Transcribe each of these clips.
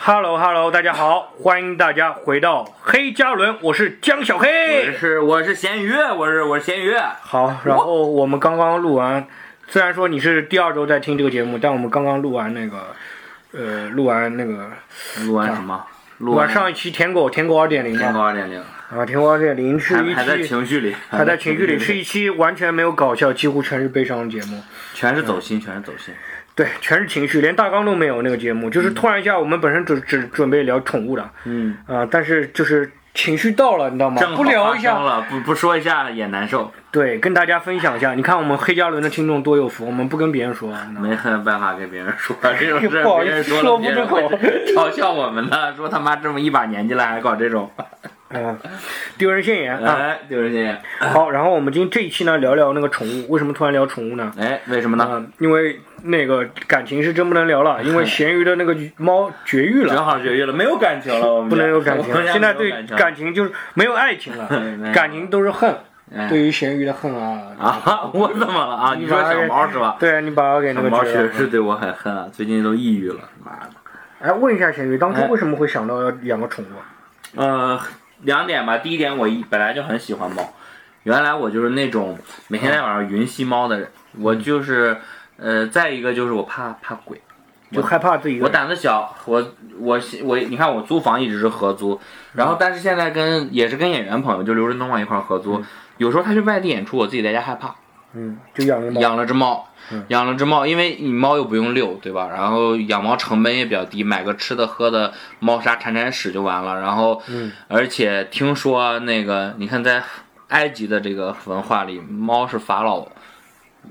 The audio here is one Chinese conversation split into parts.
Hello Hello，大家好，欢迎大家回到黑加仑，我是江小我黑。是我是咸鱼，我是我是咸鱼，好，然后我们刚刚录完，虽然说你是第二周在听这个节目，但我们刚刚录完那个，呃，录完那个，录完什么？录录完完上一期舔狗舔狗二点零天嘛，高二点零，啊，舔狗二点零是还一嗯还在期情绪里，还在情绪里，是一期完全没有搞笑，几乎全是悲伤的节目。全是走心，全是走心。对，全是情绪，连大纲都没有那个节目，就是突然一下，我们本身准准准备聊宠物的，嗯，啊、但是就是情绪到了，你知道吗正？好不聊一发生下，了，不不说一下也难受，对，跟大家分享一下。你看我们黑加仑的听众多有福，我们不跟别人说，啊你知道吗没很办法跟别人说这种事， 不好意别人思说说了不别人出口会嘲笑我们的，说他妈这么一把年纪了还搞 这种，嗯，丢人现眼啊。哎，就是这样。好，然后我们今这一期呢，聊聊那个宠物。为什么突然聊宠物呢？哎，为什么呢？啊、因为那个感情是真不能聊了， 因为咸鱼的那个猫绝育了。正好绝育了，没有感情了，我们不能有感 我们情，家现在没对有情感情就是没有爱情了 没，有感情都是恨，哎对于咸鱼的恨啊，啊， 我怎么了啊？你说小毛是吧？对啊你把我给那个毛绝确了实。是对我很恨啊，最近都抑郁了，妈的。哎，问一下咸鱼，当初为什么会想到要养个宠物？啊呃，两点吧。第一点，我一本来就很喜欢猫，原来我就是那种每天在晚上云吸猫的人。我就是，呃，再一个就是我怕怕鬼，就害怕自己一个我人。胆子小，我我我，你看我租房一直是合租，然嗯后但是现在跟也是跟演员朋友，就刘振东啊一块儿合租。有时候他去外地演出，我自己在家害怕，嗯，就养了猫。养了只猫嗯，养了只猫，因为你猫又不用遛，对吧？然后养猫成本也比较低，买个吃的喝的，猫砂铲铲屎就完了。然后，嗯而且听说那个，你看在埃及的这个文化里，猫是法老，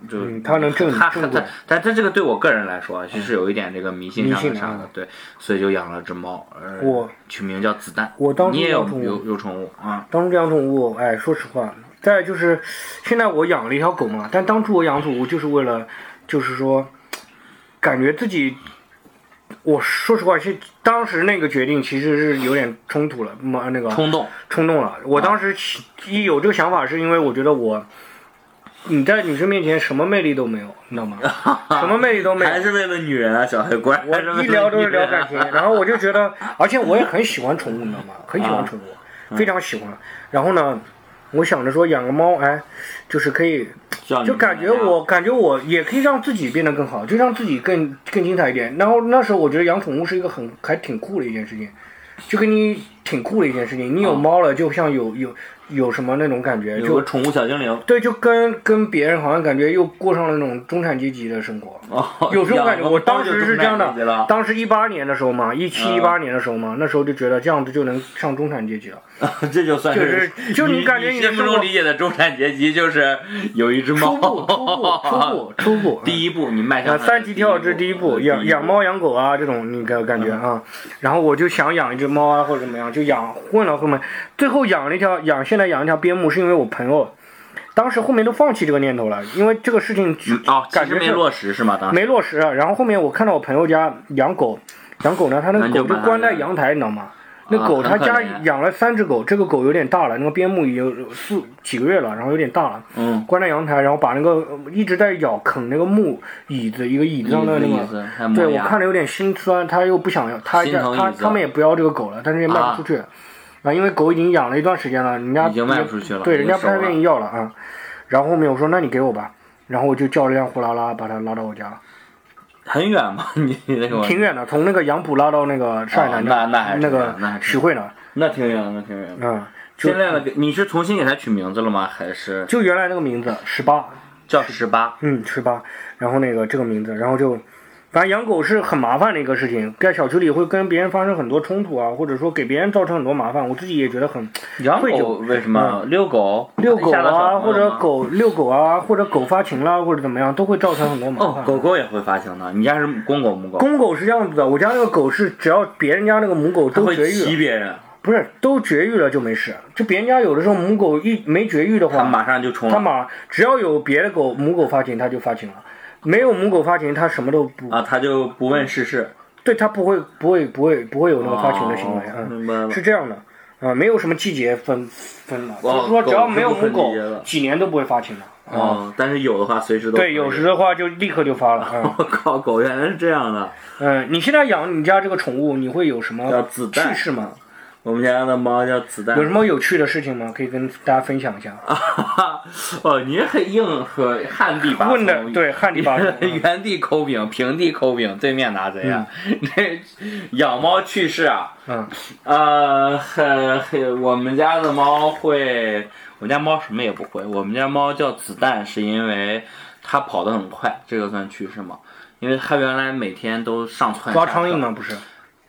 就嗯它能正它它正轨它，但它这个对我个人来说，啊其实有一点这个迷信上嗯迷的信啥啊的，对，所以就养了只猫，呃我取名叫子弹。我当初你也有养宠物有有宠物啊？当初养宠物，哎，说实话，再就是现在我养了一条狗嘛，但当初我养宠物就是为了，就是说，感觉自己，我说实话是当时那个决定其实是有点冲突了，嘛那个冲动，冲动了。我当时起一有这个想法，是因为我觉得我。你在女生面前什么魅力都没有，你知道 吗？什么魅力都没有，还是为了女人啊，小黑乖。还是为我了一聊都是聊女人啊感情，然后我就觉 得，而且我也很喜欢宠物，你知道吗？很啊喜欢宠物，嗯非常喜欢。然后呢，我想着说养个猫，哎，就是可以，叫你就感觉我感觉我也可以让自己变得更好，就让自己更更精彩一点。然后那时候我觉得养宠物是一个很还挺酷的一件事情，就跟你挺酷的一件事情。你有猫了，就像有有有什么那种感觉，哦有就个宠物小精灵。对，就跟跟别人好像感觉又过上了那种中产阶级的生活。哦， 有时候感觉我当时是这样养个猫就中产阶级的，了当时一八年的时候嘛，一七一八年的时候嘛，那时候就觉得这样子就能上中产阶级了。这就算就是就你感觉你你的心目生活中理解的中产阶级就是有一只猫。初步，初步， 初步，初步。 第一步，你迈啊，向它的三级跳这是第一步，养养。呃猫养狗啊，这种你感感觉啊，然后我就想养一只猫啊，或者怎么样，就养混了后面，最后养了一条养，现在养一条边牧，是因为我朋友，当时后面都放弃这个念头了，因为这个事情嗯哦，其感实觉没是落实是吗？当时没落实啊。然后后面我看到我朋友家养狗，养狗呢，他那那个你就狗就把它啊关在阳台，你知道吗？那狗他很可家怜养了三只狗，这个狗有点大了，那个边牧也有四几个月了，然后有点大了，嗯，关在阳台，然后把那个呃一直在咬啃那个木椅子，一个椅子上的那意个。思，还对，我磨牙看着有点心酸，他又不想要，他心家疼椅他子他们也不要这个狗了，但是也卖不出去，啊，因为狗已经养了一段时间了，人家已经卖不出去了，对，人家不太已经熟了愿意要了啊。然后后面我说那你给我吧，然后我就叫了辆货拉拉把它拉到我家，很远吗？ 你你那个挺远的，从那个杨浦拉到那个上海哦南站、那那还那是挺个远那还是徐汇呢，那挺远，那挺远。嗯，就现在呢，你是重新给它取名字了吗？还是就原来那个名字十八，叫十八？嗯，十八，然后那个这个名字，然后就，反正养狗是很麻烦的一个事情，在小区里会跟别人发生很多冲突啊，或者说给别人造成很多麻烦，我自己也觉得很养愧狗疚。为什么遛狗？嗯遛狗吓到小朋啊，友或者吗狗遛狗啊，或者狗发情了，或者怎么样，都会造成很多麻烦。哦，狗狗也会发情的。你家是公狗母狗？公狗是这样子的，我家那个狗是只要别人家那个母狗它都会绝育骑了，别人，不是都绝育了就没事。就别人家有的时候母狗一没绝育的它话，马上就冲它了马只要有别的狗母狗发情，它就发情了；没有母狗发情，它什么都不，啊，它就不问世事。对它不会不会不会不会有那个发情的行为，哦嗯，明白了。是这样的。啊、没有什么季节分分的，哇就是说只要狗是没有不母分狗季节的，几年都不会发情的。啊、哦，但是有的话随时都可对，以 有时的话就立刻就发了。嗯我靠，狗原来是这样的。嗯，你现在养你家这个宠物，你会有什叫么子趣弹，事吗？我们家的猫叫子弹有。什么有趣的事情吗？可以跟大家分享一下。啊 哦，你很硬核，旱地拔问的葱。对，旱地拔葱。啊 原地抠饼，平地抠饼，对面拿贼啊！ 这养猫趣事啊，嗯，呃，很很，我们家的猫会，我们家猫什么也不会。我们家猫叫子弹，是因为它跑得很快，这个算趣事吗？因为它原来每天都上蹿抓下苍蝇跳吗？不是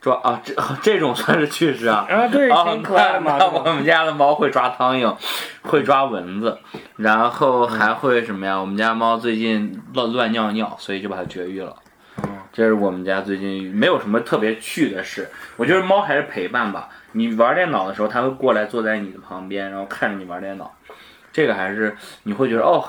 抓啊，这 这种算是趣事啊。啊， 对，啊，挺可爱的嘛。那对我吧们家的猫会抓苍蝇，会抓蚊子，然后还会什么呀？我们家猫最近乱乱尿尿，所以就把它绝育了。哦这是我们家最近没有什么特别趣的事，我觉得猫还是陪伴吧。你玩电脑的时候，它会过来坐在你的旁边，然后看着你玩电脑，这个还是你会觉得哦，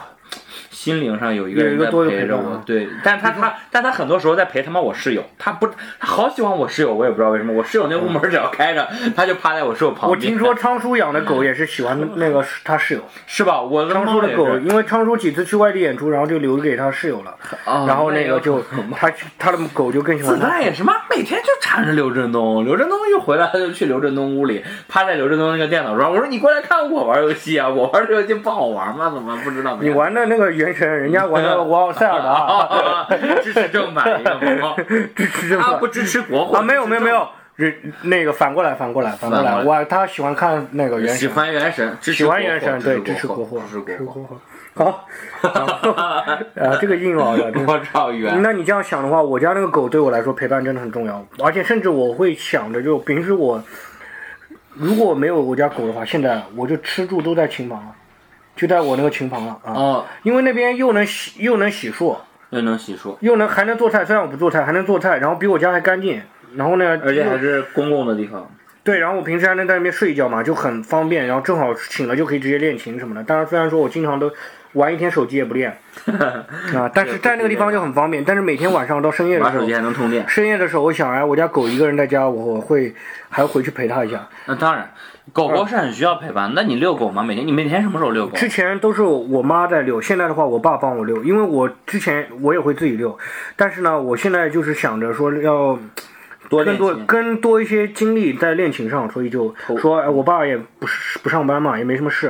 心灵上有一个有一人个在多一个陪着陪伴我啊。对，但他他但他很多时候在陪他妈我室友，他不他好喜欢我室友，我也不知道为什么。我室友那屋门只要开着，他就趴在我室友旁嗯我边。听说仓叔养的狗也是喜欢那个他室友，是吧？我的仓猫叔的也是狗，因为仓叔几次去外地演出，然后就留给他室友了，啊然后那有个就可能他他的狗就更喜子欢他。弹也是妈，每天就缠着刘振东，刘振东一回来他就去刘振东屋里，趴在刘振东那个电脑桌，我说你过来看我玩游戏啊，我玩这游戏不好玩吗？怎么不知道？你玩的那个原神，人家玩 的玩塞尔达，啊？支持正版一个猫， 支持这他个不支持国货啊？没有没有没，有，人那个反过来反过来反过来，反过我他喜欢看那个支原持喜神，欢原神，支持喜欢原神，对，支支持国货，支持支持国货。国货。好， 啊，这个硬熬 的，真的。我操，原那你这样想的话，我家那个狗对我来说陪伴真的很重要，而且甚至我会想着，就平时我如果没有我家狗的话，现在我就吃住都在琴房了，就在我那个琴房了啊，哦，因为那边又能洗又能洗漱，又能洗漱，又能还能做菜，虽然我不做菜，还能做菜，然后比我家还干净，然后呢，而且还又是公共的地 方。对，然后我平时还能在那边睡一觉嘛，就很方便，然后正好醒了就可以直接练琴什么的。当然，虽然说我经常都玩一天手机也不练啊，但是在那个地方就很方便，但是每天晚上到深夜的玩时手候机。还能充电，深夜的时候，我想，哎，我家狗一个人在家，我我会还回去陪它一下。那当然，狗狗是很需要陪伴。那你遛狗吗？每天你每天什么时候遛狗？之前都是我妈在遛，现在的话我爸帮我遛，因为我之前我也会自己遛，但是呢，我现在就是想着说要多更练多琴更多一些精力在练琴上，所以就说，哎，我爸也不是不上班嘛，也没什么事，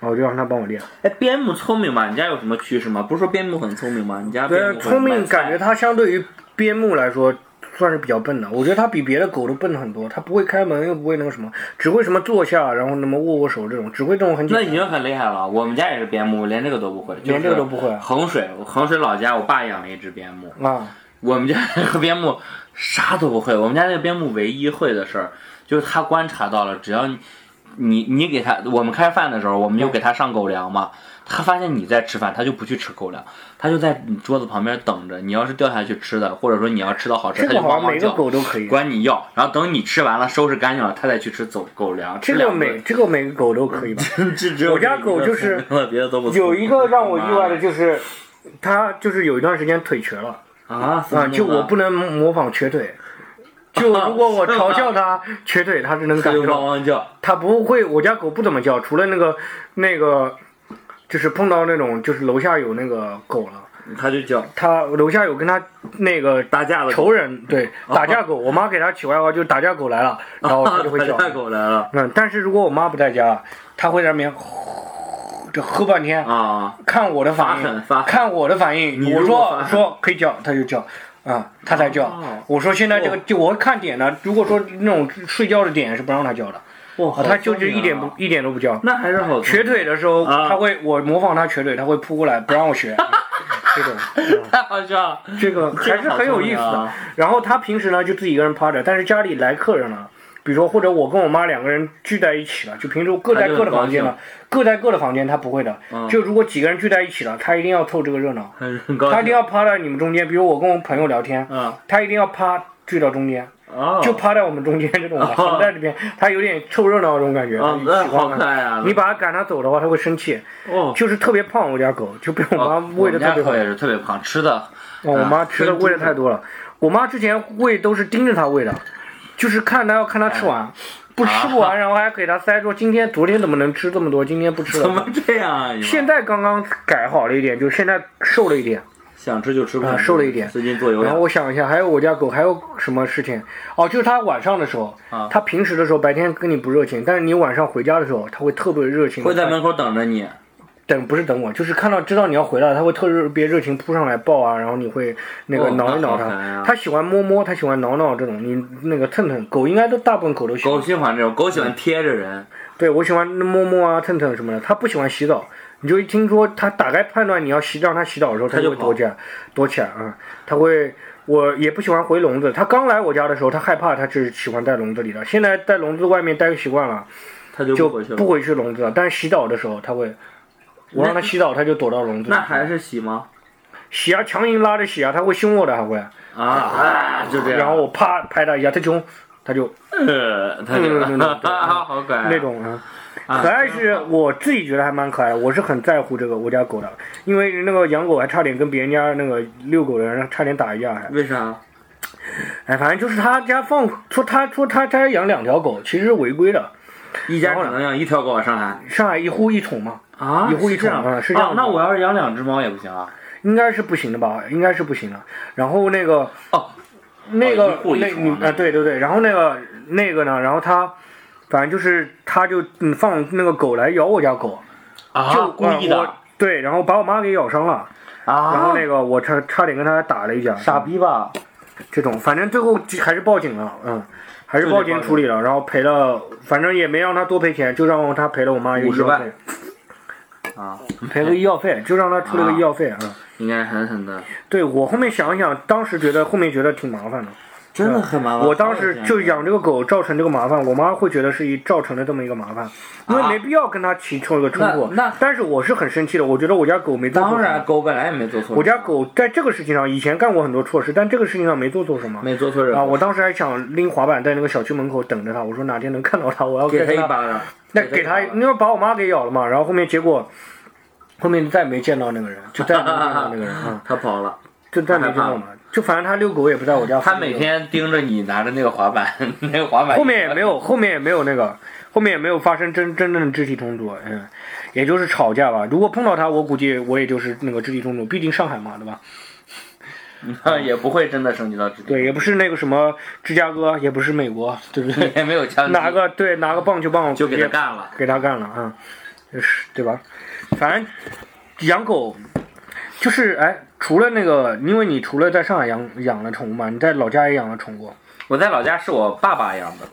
然后就让他帮我练。哎，边牧聪明吗？你家有什么趋势吗？不是说边牧很聪明吗？你家边呃，牧聪明感觉觉它相对于边牧来说算是比较笨的，我觉得它比别的狗都笨很多，它不会开门，又不会那个什么，只会什么坐下，然后那么握握手这种，只会这种很简那单。已经很厉害了。我们家也是边牧，连这个都不会，连这个都不会就是衡水，衡水老家我爸养了一只边牧，啊，我们家那个边牧啥都不会。我们家那个边牧唯一会的事儿，就是他观察到了，只要你你你给他，我们开饭的时候，我们就给他上狗粮嘛。他发现你在吃饭，他就不去吃狗粮，他就在你桌子旁边等着。你要是掉下去吃的，或者说你要吃到好吃，这他个就好汪像每汪个叫。狗都可以，管你要，然后等你吃完了，收拾干净了，他再去吃走狗粮。这吃个两每这个每个狗都可 以吧。顿，这只有我家狗就是这一个别的都不错有一个让我意外 的就是，它就是有一段时间腿瘸了啊啊，就我不能模仿瘸腿。就如果我嘲笑 它瘸腿，它是能它感就觉到汪汪叫，它不会，我家狗不怎么叫，除了那个那个，就是碰到那种就是楼下有那个狗了，它就叫它楼下有跟它那个打架了，仇人对打架狗，我妈给它起外号就是打架狗来 了，然后它就会叫打。架狗来了嗯，但是如果我妈不在家，它会在那边吼，这吼半天，啊！看我的反发狠应发，狠看我的反应，你我如果说发狠说可以叫，它就叫。啊、它才叫。哦我说现在这个哦就我看点呢，如果说那种睡觉的点是不让它叫的，哇啊，它就是一点不，好聪哦明啊一点都不叫。那还是好聪明瘸，嗯腿的时候，啊他会我模仿他瘸腿，他会扑过来不让我 瘸，这种太好 笑了，这个还是很有意思这个好聪明的啊。然后他平时呢就自己一个人趴着，但是家里来客人了，比如说或者我跟我妈两个人聚在一起了，就平时各在各的房间了，各在各的房间他不会的。嗯就如果几个人聚在一起了，他一定要凑这个热闹，很很高兴，他一定要趴在你们中间。比如我跟我朋友聊天，啊他一定要趴聚到中间，哦，就趴在我们中间这种的，哦横在这边，他有点凑热闹这种感觉，啊，他那喜好欢可看。爱啊！你把他赶他走的话，他会生气。哦，就是特别胖，我家狗就被我妈哦喂的我们家特嗯别狗胖。也是特别胖，吃的哦我妈吃的跟猪喂哎的太多了，我妈之前喂都是盯着它喂的，就是看它要看它吃完。不吃啊完，然后还给它塞住。今天昨天怎么能吃这么多？今天不吃怎了。么这样啊？你们现在刚刚改好了一点，就现在瘦了一点。想吃就吃不啊了，瘦了一点最近做有然后氧，我想一下，还有我家狗还有什么事情？哦，就是它晚上的时候啊，它平时的时候白天跟你不热情，但是你晚上回家的时候，它会特别热情。会在门口等着你。等不是等我，就是看到知道你要回来了，它会特别热情扑上来抱啊，然后你会那个哦挠一挠那好烦它啊。它喜欢摸摸，它喜欢挠挠这种，你那个蹭蹭。狗应该都大部分狗都喜欢。狗喜欢这种，狗嗯喜欢贴着人。对我喜欢摸摸啊、蹭蹭什么的，它不喜欢洗澡。你就一听说它大概判断你要洗让它洗澡的时候，它它就会躲起来，躲起来啊。它会，我也不喜欢回笼子。它刚来我家的时候，它害怕，它是喜欢在笼子里的。现在在笼子外面待习惯了，它就就不回去了。不回去笼子了。但是洗澡的时候，它会，我让它洗澡，它就躲到笼子里那。还是洗吗？洗啊，强行拉着洗啊，它会凶我的，还会。啊啊，就这样。然 后我啪拍它一下，它凶，它就呃，它就嗯嗯嗯嗯对 好可爱啊。那种啊。啊可爱是我自己觉得还蛮可爱的，我是很在乎这个我家狗的，因为那个养狗还差点跟别人家那个遛狗的人差点打一架，还为啥？哎，反正就是他家放说他说他家养两条狗，其实是违规的，一家只能养一条狗啊，上海上海一户一宠嘛，啊一户一是这宠啊样是这样啊子那我要是养两只猫也不行啊。应该是不行的吧，应该是不行的。然后那个哦，那个、一户一那宠啊啊、对对对，然后那个那个呢，然后他反正就是他就嗯放那个狗来咬我家狗，啊就故呃意的我对，然后把我妈给咬伤了，啊。然后那个我差差点跟他打了一架，傻逼吧？这种，反正最后就还是报警了，嗯，还是就得报警处理了，然后赔了，反正也没让他多赔钱，就让他赔了我妈一个医50药万费，啊，赔了个医药费，就让他出了个医药费啊、嗯应该狠狠的，对我后面想一想，当时觉得后面觉得挺麻烦的，真的很麻烦。我当时就养这个狗造成这个麻烦，我妈会觉得是一造成了这么一个麻烦，因为啊没必要跟他起冲一个冲突。那那但是我是很生气的，我觉得我家狗没做错当什然，么。狗本来也没做错。我家狗在这个事情上以前干过很多错事，但这个事情上没做错什么。没做错任啊！何，我当时还想拎滑板在那个小区门口等着他，我说哪天能看到他，我要给它跟一巴掌。那给他，因为把我妈给咬了嘛。然后后面结果，后面再没见到那个人，就再没见到那 个人啊，它跑了，就再没见到嘛。就反正他遛狗也不在我家附近。它每天盯着你拿着那个滑板， 那个滑 板后面也没有，后面也没有那个，后面也没有发生真真正的肢体冲突，嗯，也就是吵架吧。如果碰到他，我估计我也就是那个肢体冲突，毕竟上海嘛，对吧？ 也不会真的升级到这。对，也不是那个什么芝加哥，也不是美国，对不对？也没有枪击，拿个对拿个棒球棒嗯就给直它接干了。给他干了啊，就是对吧？反正养狗就是哎，除了那个，因为你除了在上海养养了宠物嘛，你在老家也养了宠物，我在老家是我爸爸养的，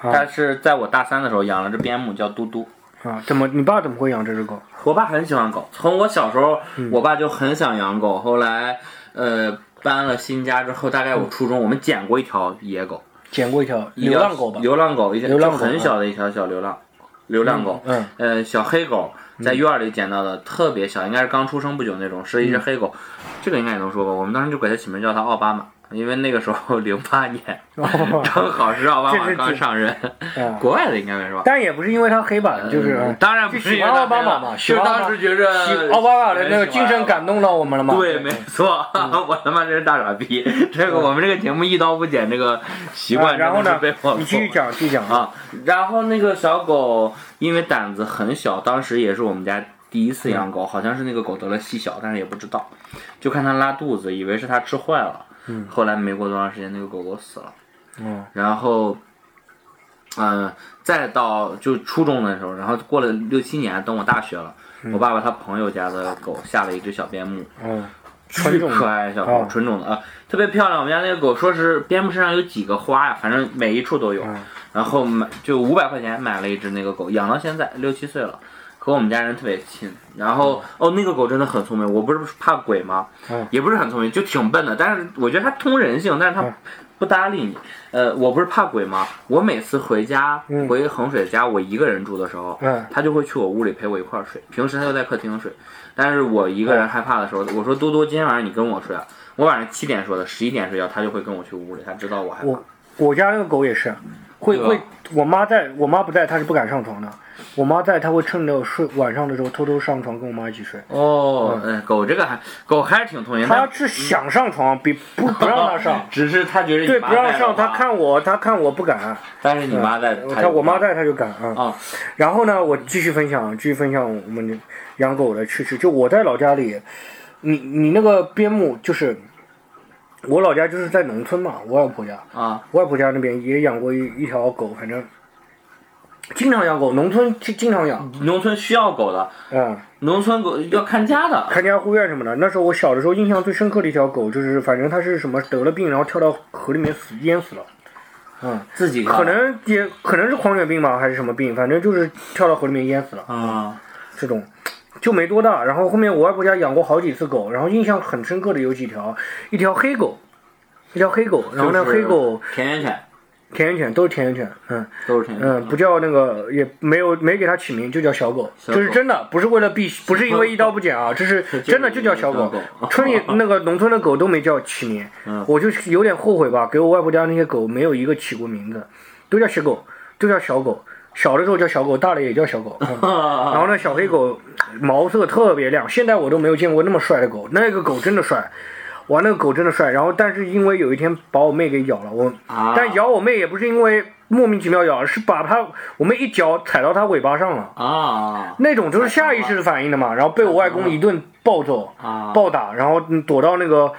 啊但是在我大三的时候养了只边牧叫嘟嘟。啊？怎么你爸怎么会养这只狗？我爸很喜欢狗，从我小时候，嗯我爸就很想养狗。后来，呃，搬了新家之后，大概我初中，我们捡过一条野狗，捡过一条嗯流浪狗吧？流浪狗，一条流浪狗就很小的一条小流浪，流浪狗，嗯， 呃，小黑狗，在院儿里捡到的，特别小，应该是刚出生不久那种，是一嗯只黑狗，这个应该也能说吧？我们当时就给它起名叫它奥巴马，因为那个时候 零八年，正好是奥巴这马是刚几上任，啊，国外的应该没说。但也不是因为它黑板，就是、嗯当然不就是喜因为欢奥它巴黑马了嘛，喜就欢是奥巴当时觉着喜奥巴马的那个喜欢精神感动到我们了嘛？嗯啊对，没错， 我他妈真是大傻逼！这个我们这个节目一刀不剪，这个习惯啊然后真的呢是被我？你继续讲，继续讲。啊。然后那个小狗因为胆子很小，当时也是我们家第一次嗯养狗，好像是那个狗得了细小，但是也不知道，就看它拉肚子，以为是它吃坏了。嗯。后来没过多长时间，那个狗狗死了。嗯，然后，嗯、再到就初中的时候，然后过了六七年，等我大学了，我爸爸他朋友家的狗下了一只小边牧，嗯，巨纯种的 可爱小狗哦，纯种的啊，特别漂亮。我们家那个狗说是边牧身上有几个花呀，反正每一处都有。嗯然后买就五百块钱买了一只那个狗，养到现在六七岁了，和我们家人特别亲。然后哦，那个狗真的很聪明，我不是怕鬼吗？嗯也不是很聪明，就挺笨的。但是我觉得它通人性，但是它嗯不搭理你。呃，我不是怕鬼吗？我每次回家嗯回衡水家，我一个人住的时候，嗯它就会去我屋里陪我一块儿睡。平时它就在客厅睡，但是我一个人害怕的时候，我说多多，今天晚上你跟我睡啊。我晚上七点说的，十一点睡觉，它就会跟我去屋里，它知道我害怕。我我家那个狗也是，会对吧会，我妈在我妈不在，她是不敢上床的。我妈在，她会趁着睡晚上的时候偷偷上床跟我妈一起睡。哦，嗯哎，狗这个还狗还是挺同意，她但，是想上床，比不不让她上只是他觉得对， 你妈不让在上。的她话，看我，她看我不敢。但是你妈在，她她我妈在，她就敢啊。啊，然后呢，我继续分享，继续分享我们养狗的趣事。就我在老家里，你你那个边牧就是，我老家就是在农村嘛，我外婆家。啊外婆家那边也养过一一条狗，反正经常养狗，农村经经常养，农村需要狗的，嗯，农村狗要看家的。看家护院什么的。那时候我小的时候印象最深刻的一条狗，就是反正它是什么得了病，然后跳到河里面死淹死了，自己可能也可能是狂犬病吧，还是什么病，反正就是跳到河里面淹死了啊，这种。就没多大，然后后面我外婆家养过好几次狗，然后印象很深刻的有几条，一条黑狗，一条黑狗，然后呢、就是黑狗田园犬田园犬都是田园犬，嗯，都是田园嗯，犬。不叫那个，也没有没给它起名，就叫小狗，狗就是真的，不是为了避，不是因为一刀不剪啊，这是真的就叫小狗就叫狗。村里那个农村的狗都没叫起名嗯，我就是有点后悔吧，给我外婆家那些狗没有一个起过名字，都叫小狗，都叫小狗。小的时候叫小狗，大了也叫小狗。嗯啊然后呢，小黑狗毛色特别亮，现在我都没有见过那么帅的狗，那个狗真的帅，哇，那个狗真的帅。然后，但是因为有一天把我妹给咬了，我啊，但咬我妹也不是因为莫名其妙咬，是把她我们一脚踩到她尾巴上了，啊那种就是下意识的反应的嘛。然后被我外公一顿暴揍、啊暴打，然后躲到那个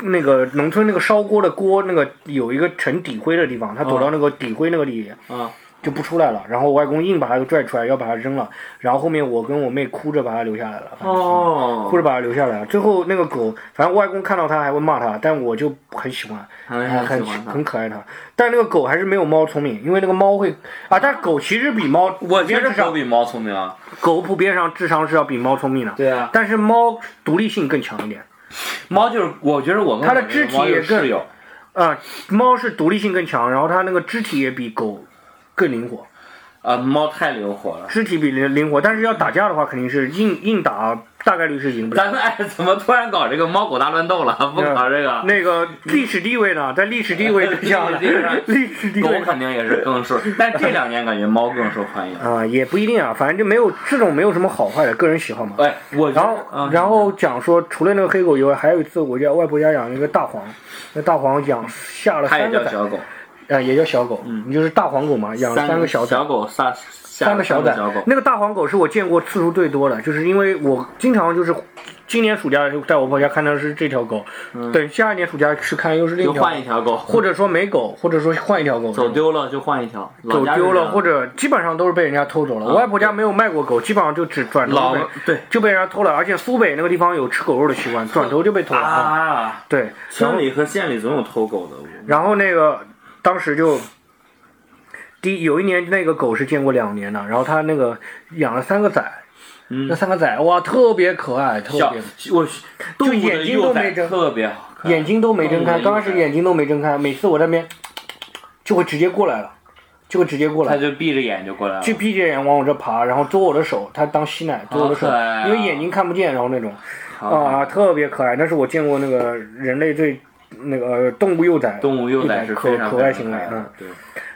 那个农村那个烧锅的锅那个有一个盛底灰的地方，他躲到那个底灰那个里啊就不出来了。然后我外公硬把他给拽出来，要把他扔了。然后后面我跟我妹哭着把他留下来了。反正哦哭，着把他留下来了。最后那个狗，反正我外公看到它还会骂它，但我就很喜欢，还是哎很很喜欢它很可爱它。但那个狗还是没有猫聪明，因为那个猫会啊，但是狗其实比猫，我觉普得遍狗上比猫聪明啊。狗普遍上智商是要比猫聪明的，对啊，但是猫独立性更强一点。猫就是，我觉得我跟它的我那个肢体猫就也是更室友。啊、猫是独立性更强，然后它那个肢体也比狗更灵活，啊，猫太灵活了。肢体比灵灵活，但是要打架的话，肯定是硬硬打，大概率是赢不了。 咱们哎，怎么突然搞这个猫狗大乱斗了？不搞这个，那个历史地位呢，在历史地位之下呢历史地位，历史地狗位肯定也是 更受，但这两年感觉猫更受欢迎。啊、也不一定啊，反正就没有这种没有什么好坏的个人喜好嘛。哎，我觉然得后，嗯然后讲说，除了那个黑狗以外，还有一次我家外婆家养了一个大黄，那大黄养下了它三也个叫崽，啊、小狗，也叫小狗，嗯，就是大黄狗嘛，养了三个小崽，小狗，三三三个小崽崽狗，。那个大黄狗是我见过次数最多的，就是因为我经常就是今年暑假在我婆家看到是这条狗，等下一年暑假去看又是另嗯就一条，换一条狗，或者说没狗，或者说换一条狗，走丢了就换一条，狗老家是丢这了，样啊或者基本上都是被人家偷走了。我外婆家没有卖过狗，基本上就只转头老被对就被人家偷了。而且苏北那个地方有吃狗肉的习惯，转头就被偷了。啊，对，然村后里和县里总有偷狗的，然后那个当时就第一有一年那个狗是见过两年的，然后他那个养了三个崽，那三个崽哇特别可爱，特嗯小别我动物的眼睛都幼崽没睁特嗯别好看，眼睛都没睁开，动物的刚开始眼睛都没睁开，每次我这边就会直接过来了，就会直接过来它。就闭着眼就过来了去。闭着眼往我这爬，然后捉我的手，它当吸奶捉我的手，好可爱啊因为眼睛看不见，然后那种好看啊特别可爱。那是我见过那个人类最那个呃动物幼崽，动物幼崽是可非常可爱非行常为可爱嗯的，对。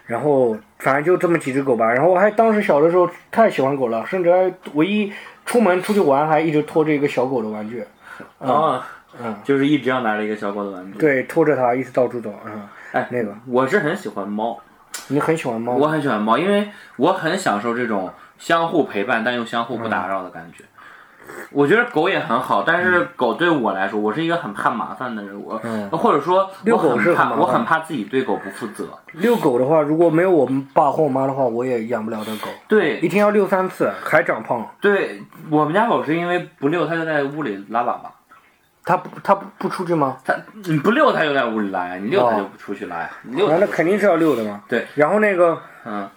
然后反正就这么几只狗吧。然后我还当时小的时候太喜欢狗了，甚至还唯一出门出去玩还一直拖着一个小狗的玩具，哦，嗯就是一直要拿着一个小狗的玩具。，对，拖着它一直到处走。嗯，嗯哎，那个我是很喜欢猫，你很喜欢猫我很喜欢猫，因为我很享受这种相互陪伴但又相互不打扰的感觉。嗯我觉得狗也很好，但是狗对我来说，我是一个很怕麻烦的人，我、或者说我嗯遛狗是很很麻怕，烦我很怕自己对狗不负责。遛狗的话，如果没有我爸或我妈的话，我也养不了那狗，一对天要遛三次，还长胖。对，我们家狗是因为不遛它就在屋里拉粑粑，它不它不不出去吗？它你不遛它就在屋里拉呀，你遛它哦就不出去拉呀，你遛啊它那就肯定是要遛的嘛。对，然后那个，嗯，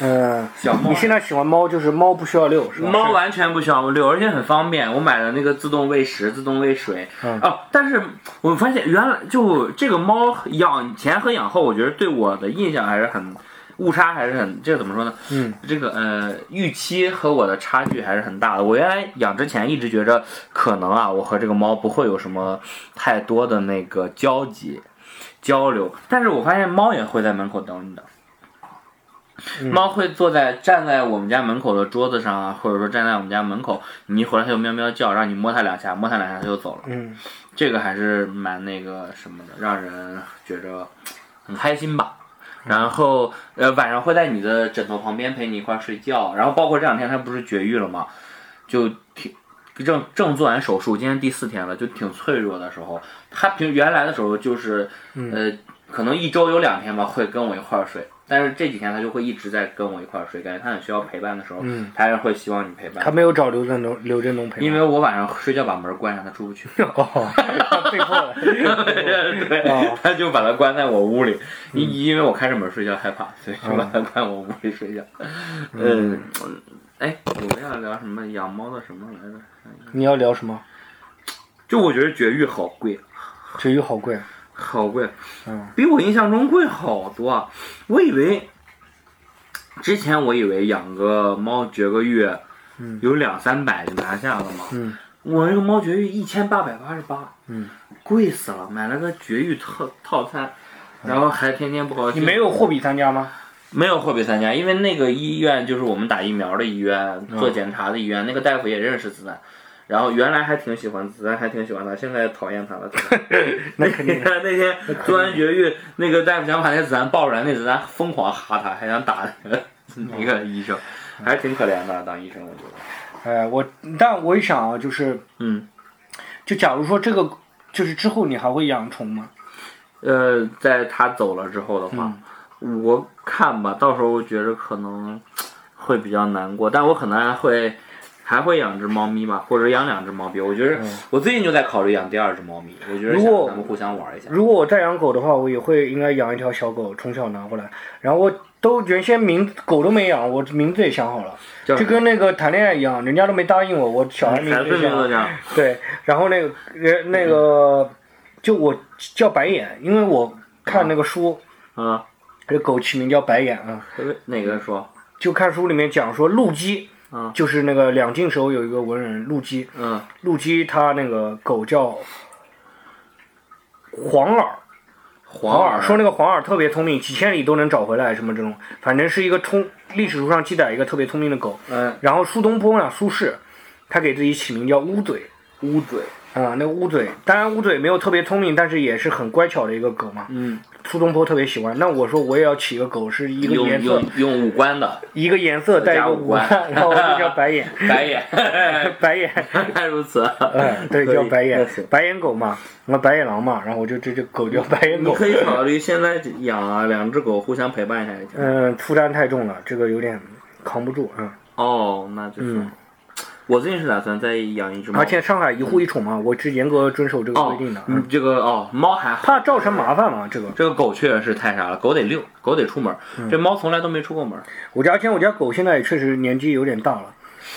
嗯、小猫你现在喜欢猫，就是猫啊不需要遛，是吧？猫完全不需要遛，而且很方便。我买了那个自动喂食、自动喂水。嗯哦，但是我发现原来就这个猫养前和养后，我觉得对我的印象还是很误差，还是很这个怎么说呢？嗯，这个呃预期和我的差距还是很大的。我原来养之前一直觉着可能啊，我和这个猫不会有什么太多的那个交集交流，但是我发现猫也会在门口等你的。猫会坐在站在我们家门口的桌子上啊，或者说站在我们家门口，你一回来它就喵喵叫，让你摸它两下，摸它两下它就走了。嗯，这个还是蛮那个什么的，让人觉着很开心吧。然后呃，晚上会在你的枕头旁边陪你一块儿睡觉。然后包括这两天它不是绝育了吗？就挺正正做完手术，今天第四天了，就挺脆弱的时候。它平原来的时候就是呃，可能一周有两天吧会跟我一块儿睡。但是这几天它就会一直在跟我一块儿睡，感觉它很需要陪伴的时候，它还是会希望你陪伴他。没有找刘振东刘振东陪因伴，为我晚上睡觉把门关上，它出不去。哦， 被迫了， 哦对，他就把它关在我屋里，嗯因因为我开着门睡觉害怕，所以就把它关我屋里睡觉。嗯，哎，我们要聊什么养猫的什么来着？你要聊什么？就我觉得绝育好贵，绝育好贵，好贵，嗯，比我印象中贵好多。啊！我以为之前我以为养个猫绝个育，有两三百就拿下了嘛。嗯，我那个猫绝育一千八百八十八，嗯，贵死了，买了个绝育套套餐。然后还天天不高你兴，没有货比三家吗？没有货比三家，因为那个医院就是我们打疫苗的医院，嗯做检查的医院，那个大夫也认识子弹，然后原来还挺喜欢子弹，还挺喜欢他，现在讨厌他了。 那肯定， 啊那天做完绝育，那个大夫想把那子弹抱出来，那子弹疯狂哈他，还想打那个嗯 那个医生，还是挺可怜的，当医生我觉得。哎，我，但我一想啊，就是，嗯，就假如说这个，就是之后你还会养宠吗？呃，在他走了之后的话，嗯我看吧，到时候我觉着可能会比较难过，但我可能还会还会养只猫咪吧，或者养两只猫咪。我觉得、我最近就在考虑养第二只猫咪，我觉得嗯如想果咱们互相玩一下。如果我再养狗的话，我也会应该养一条小狗，从小拿过来。然后我都原先名狗都没养，我名字也想好了，叫就跟那个谈恋爱一样，人家都没答应我，我小孩名啊孩字子也名想好字了。叫对，然后那个呃那个就我叫白眼，因为我看那个书，嗯，这狗起名叫白眼啊。哪个说？就看书里面讲说陆机，嗯就是那个两晋时候有一个文人陆机，嗯，陆机他那个狗叫黄耳，黄耳说那个黄耳特别聪明，几千里都能找回来，什么这种，反正是一个通历史书上记载一个特别聪明的狗。嗯，然后苏东坡呢，苏轼，他给自己起名叫乌嘴乌嘴，啊、那个乌嘴，当然乌嘴没有特别聪明，但是也是很乖巧的一个狗嘛。嗯，苏东坡特别喜欢，那我说我也要起一个狗，是一个用颜色用，用五官的一个颜色带一个五官加五，官然后我就叫白 眼，白 眼，白眼。原来如此。嗯，对，可以叫白那眼行，白眼狗嘛，然后白眼狼嘛，然后我就这只狗叫白眼你狗。可以考虑现在养啊两只狗互相陪伴一下也挺好。嗯，负担太重了，这个有点扛不住啊、哦，那就是。我最近是打算再养一只嗯猫，而且上海一户一宠嘛，我是严格遵守这个哦规定的，，嗯嗯，这个哦，猫还好，怕造成麻烦嘛。这个，这个狗确实是太啥了，狗得遛，狗得出门，嗯这猫从来都没出过门。我家，而且我家狗现在也确实年纪有点大了。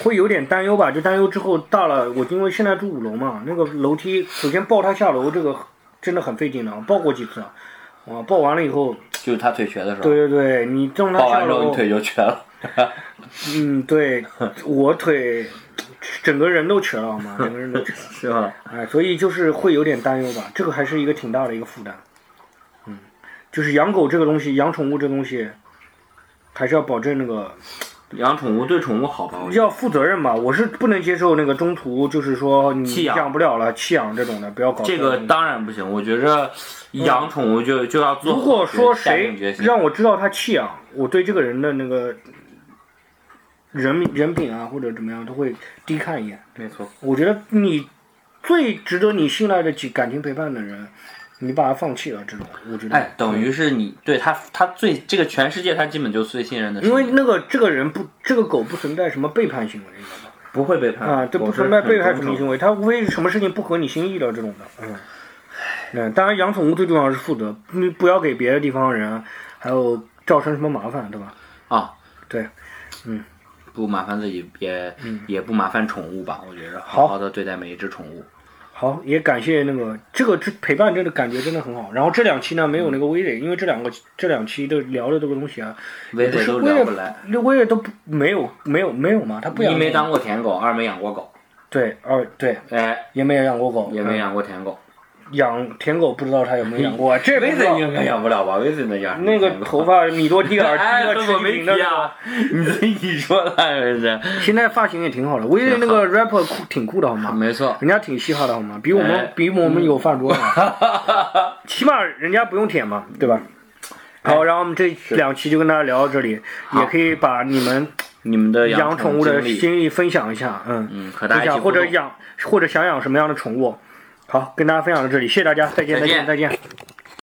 会有点担忧吧，就担忧之后大了，我因为现在住五楼嘛，那个楼梯首先抱它下楼，这个真的很费劲的，抱过几次啊，啊，抱完了以后，就是它腿瘸的时候，对对对，你正它抱下完之楼，后你腿就瘸了。嗯，对，我腿整个人都瘸了好吗？整个人都瘸了，是吧？哎，所以就是会有点担忧吧。这个还是一个挺大的一个负担。嗯，就是养狗这个东西，养宠物这东西，还是要保证那个养宠物对宠物好吧？我觉得要负责任吧。我是不能接受那个中途就是说你弃养养不了了弃养这种的，不要搞这个。当然不行，我觉着养宠物就就要做嗯好如果说下定谁决心让我知道他弃养，我对这个人的那个人人品啊或者怎么样都会低看一眼。没错，我觉得你最值得你信赖的几感情陪伴的人，你把他放弃了，这种我觉得，哎，等于是你对它，它最这个全世界它基本就最信任的是你，因为那个这个人不，这个狗不存在什么背叛行为，你知道吧？不会背叛啊，这不存在背叛什么行为，他无非是什么事情不合你心意了这种的，嗯。嗯，当然养宠物最重要的是负责，你不要给别的地方人还有造成什么麻烦，对吧？啊，对，不麻烦自己，也、也不麻烦宠物吧。我觉着嗯好好好的对待每一只宠物。好，也感谢那个这个这陪伴真的感觉真的很好。然后这两期呢没有那个威磊，因为这两个这两期都聊的这个东西啊，威不威是都威聊不了来，，威了都不没有没有没有嘛，他不养一狗没当过舔狗，二没养过狗，对，二对哎，也没有养过狗，也没养过舔狗。嗯养舔狗不知道他有没有养 过，这不威知道森应该养不了吧？威森的养那个头 发米多地尔哎，低我了没平的提，啊，你自己说的， 这是现在发型也挺好的。威那个 rapper 酷挺酷的好吗？没错。人家挺嘻哈的好吗？比我们、嗯哎比我们有饭 桌呢，起码人家不用舔嘛，对吧？哎好，然后我们这两期就跟大家聊到这里，也可以把你们你们的养宠宠物的经历经历分享一下，嗯，嗯，和大分家一起享互或者动。养或者想养什么样的宠物，好，跟大家分享到这里，谢谢大家，再见，再见，再再见。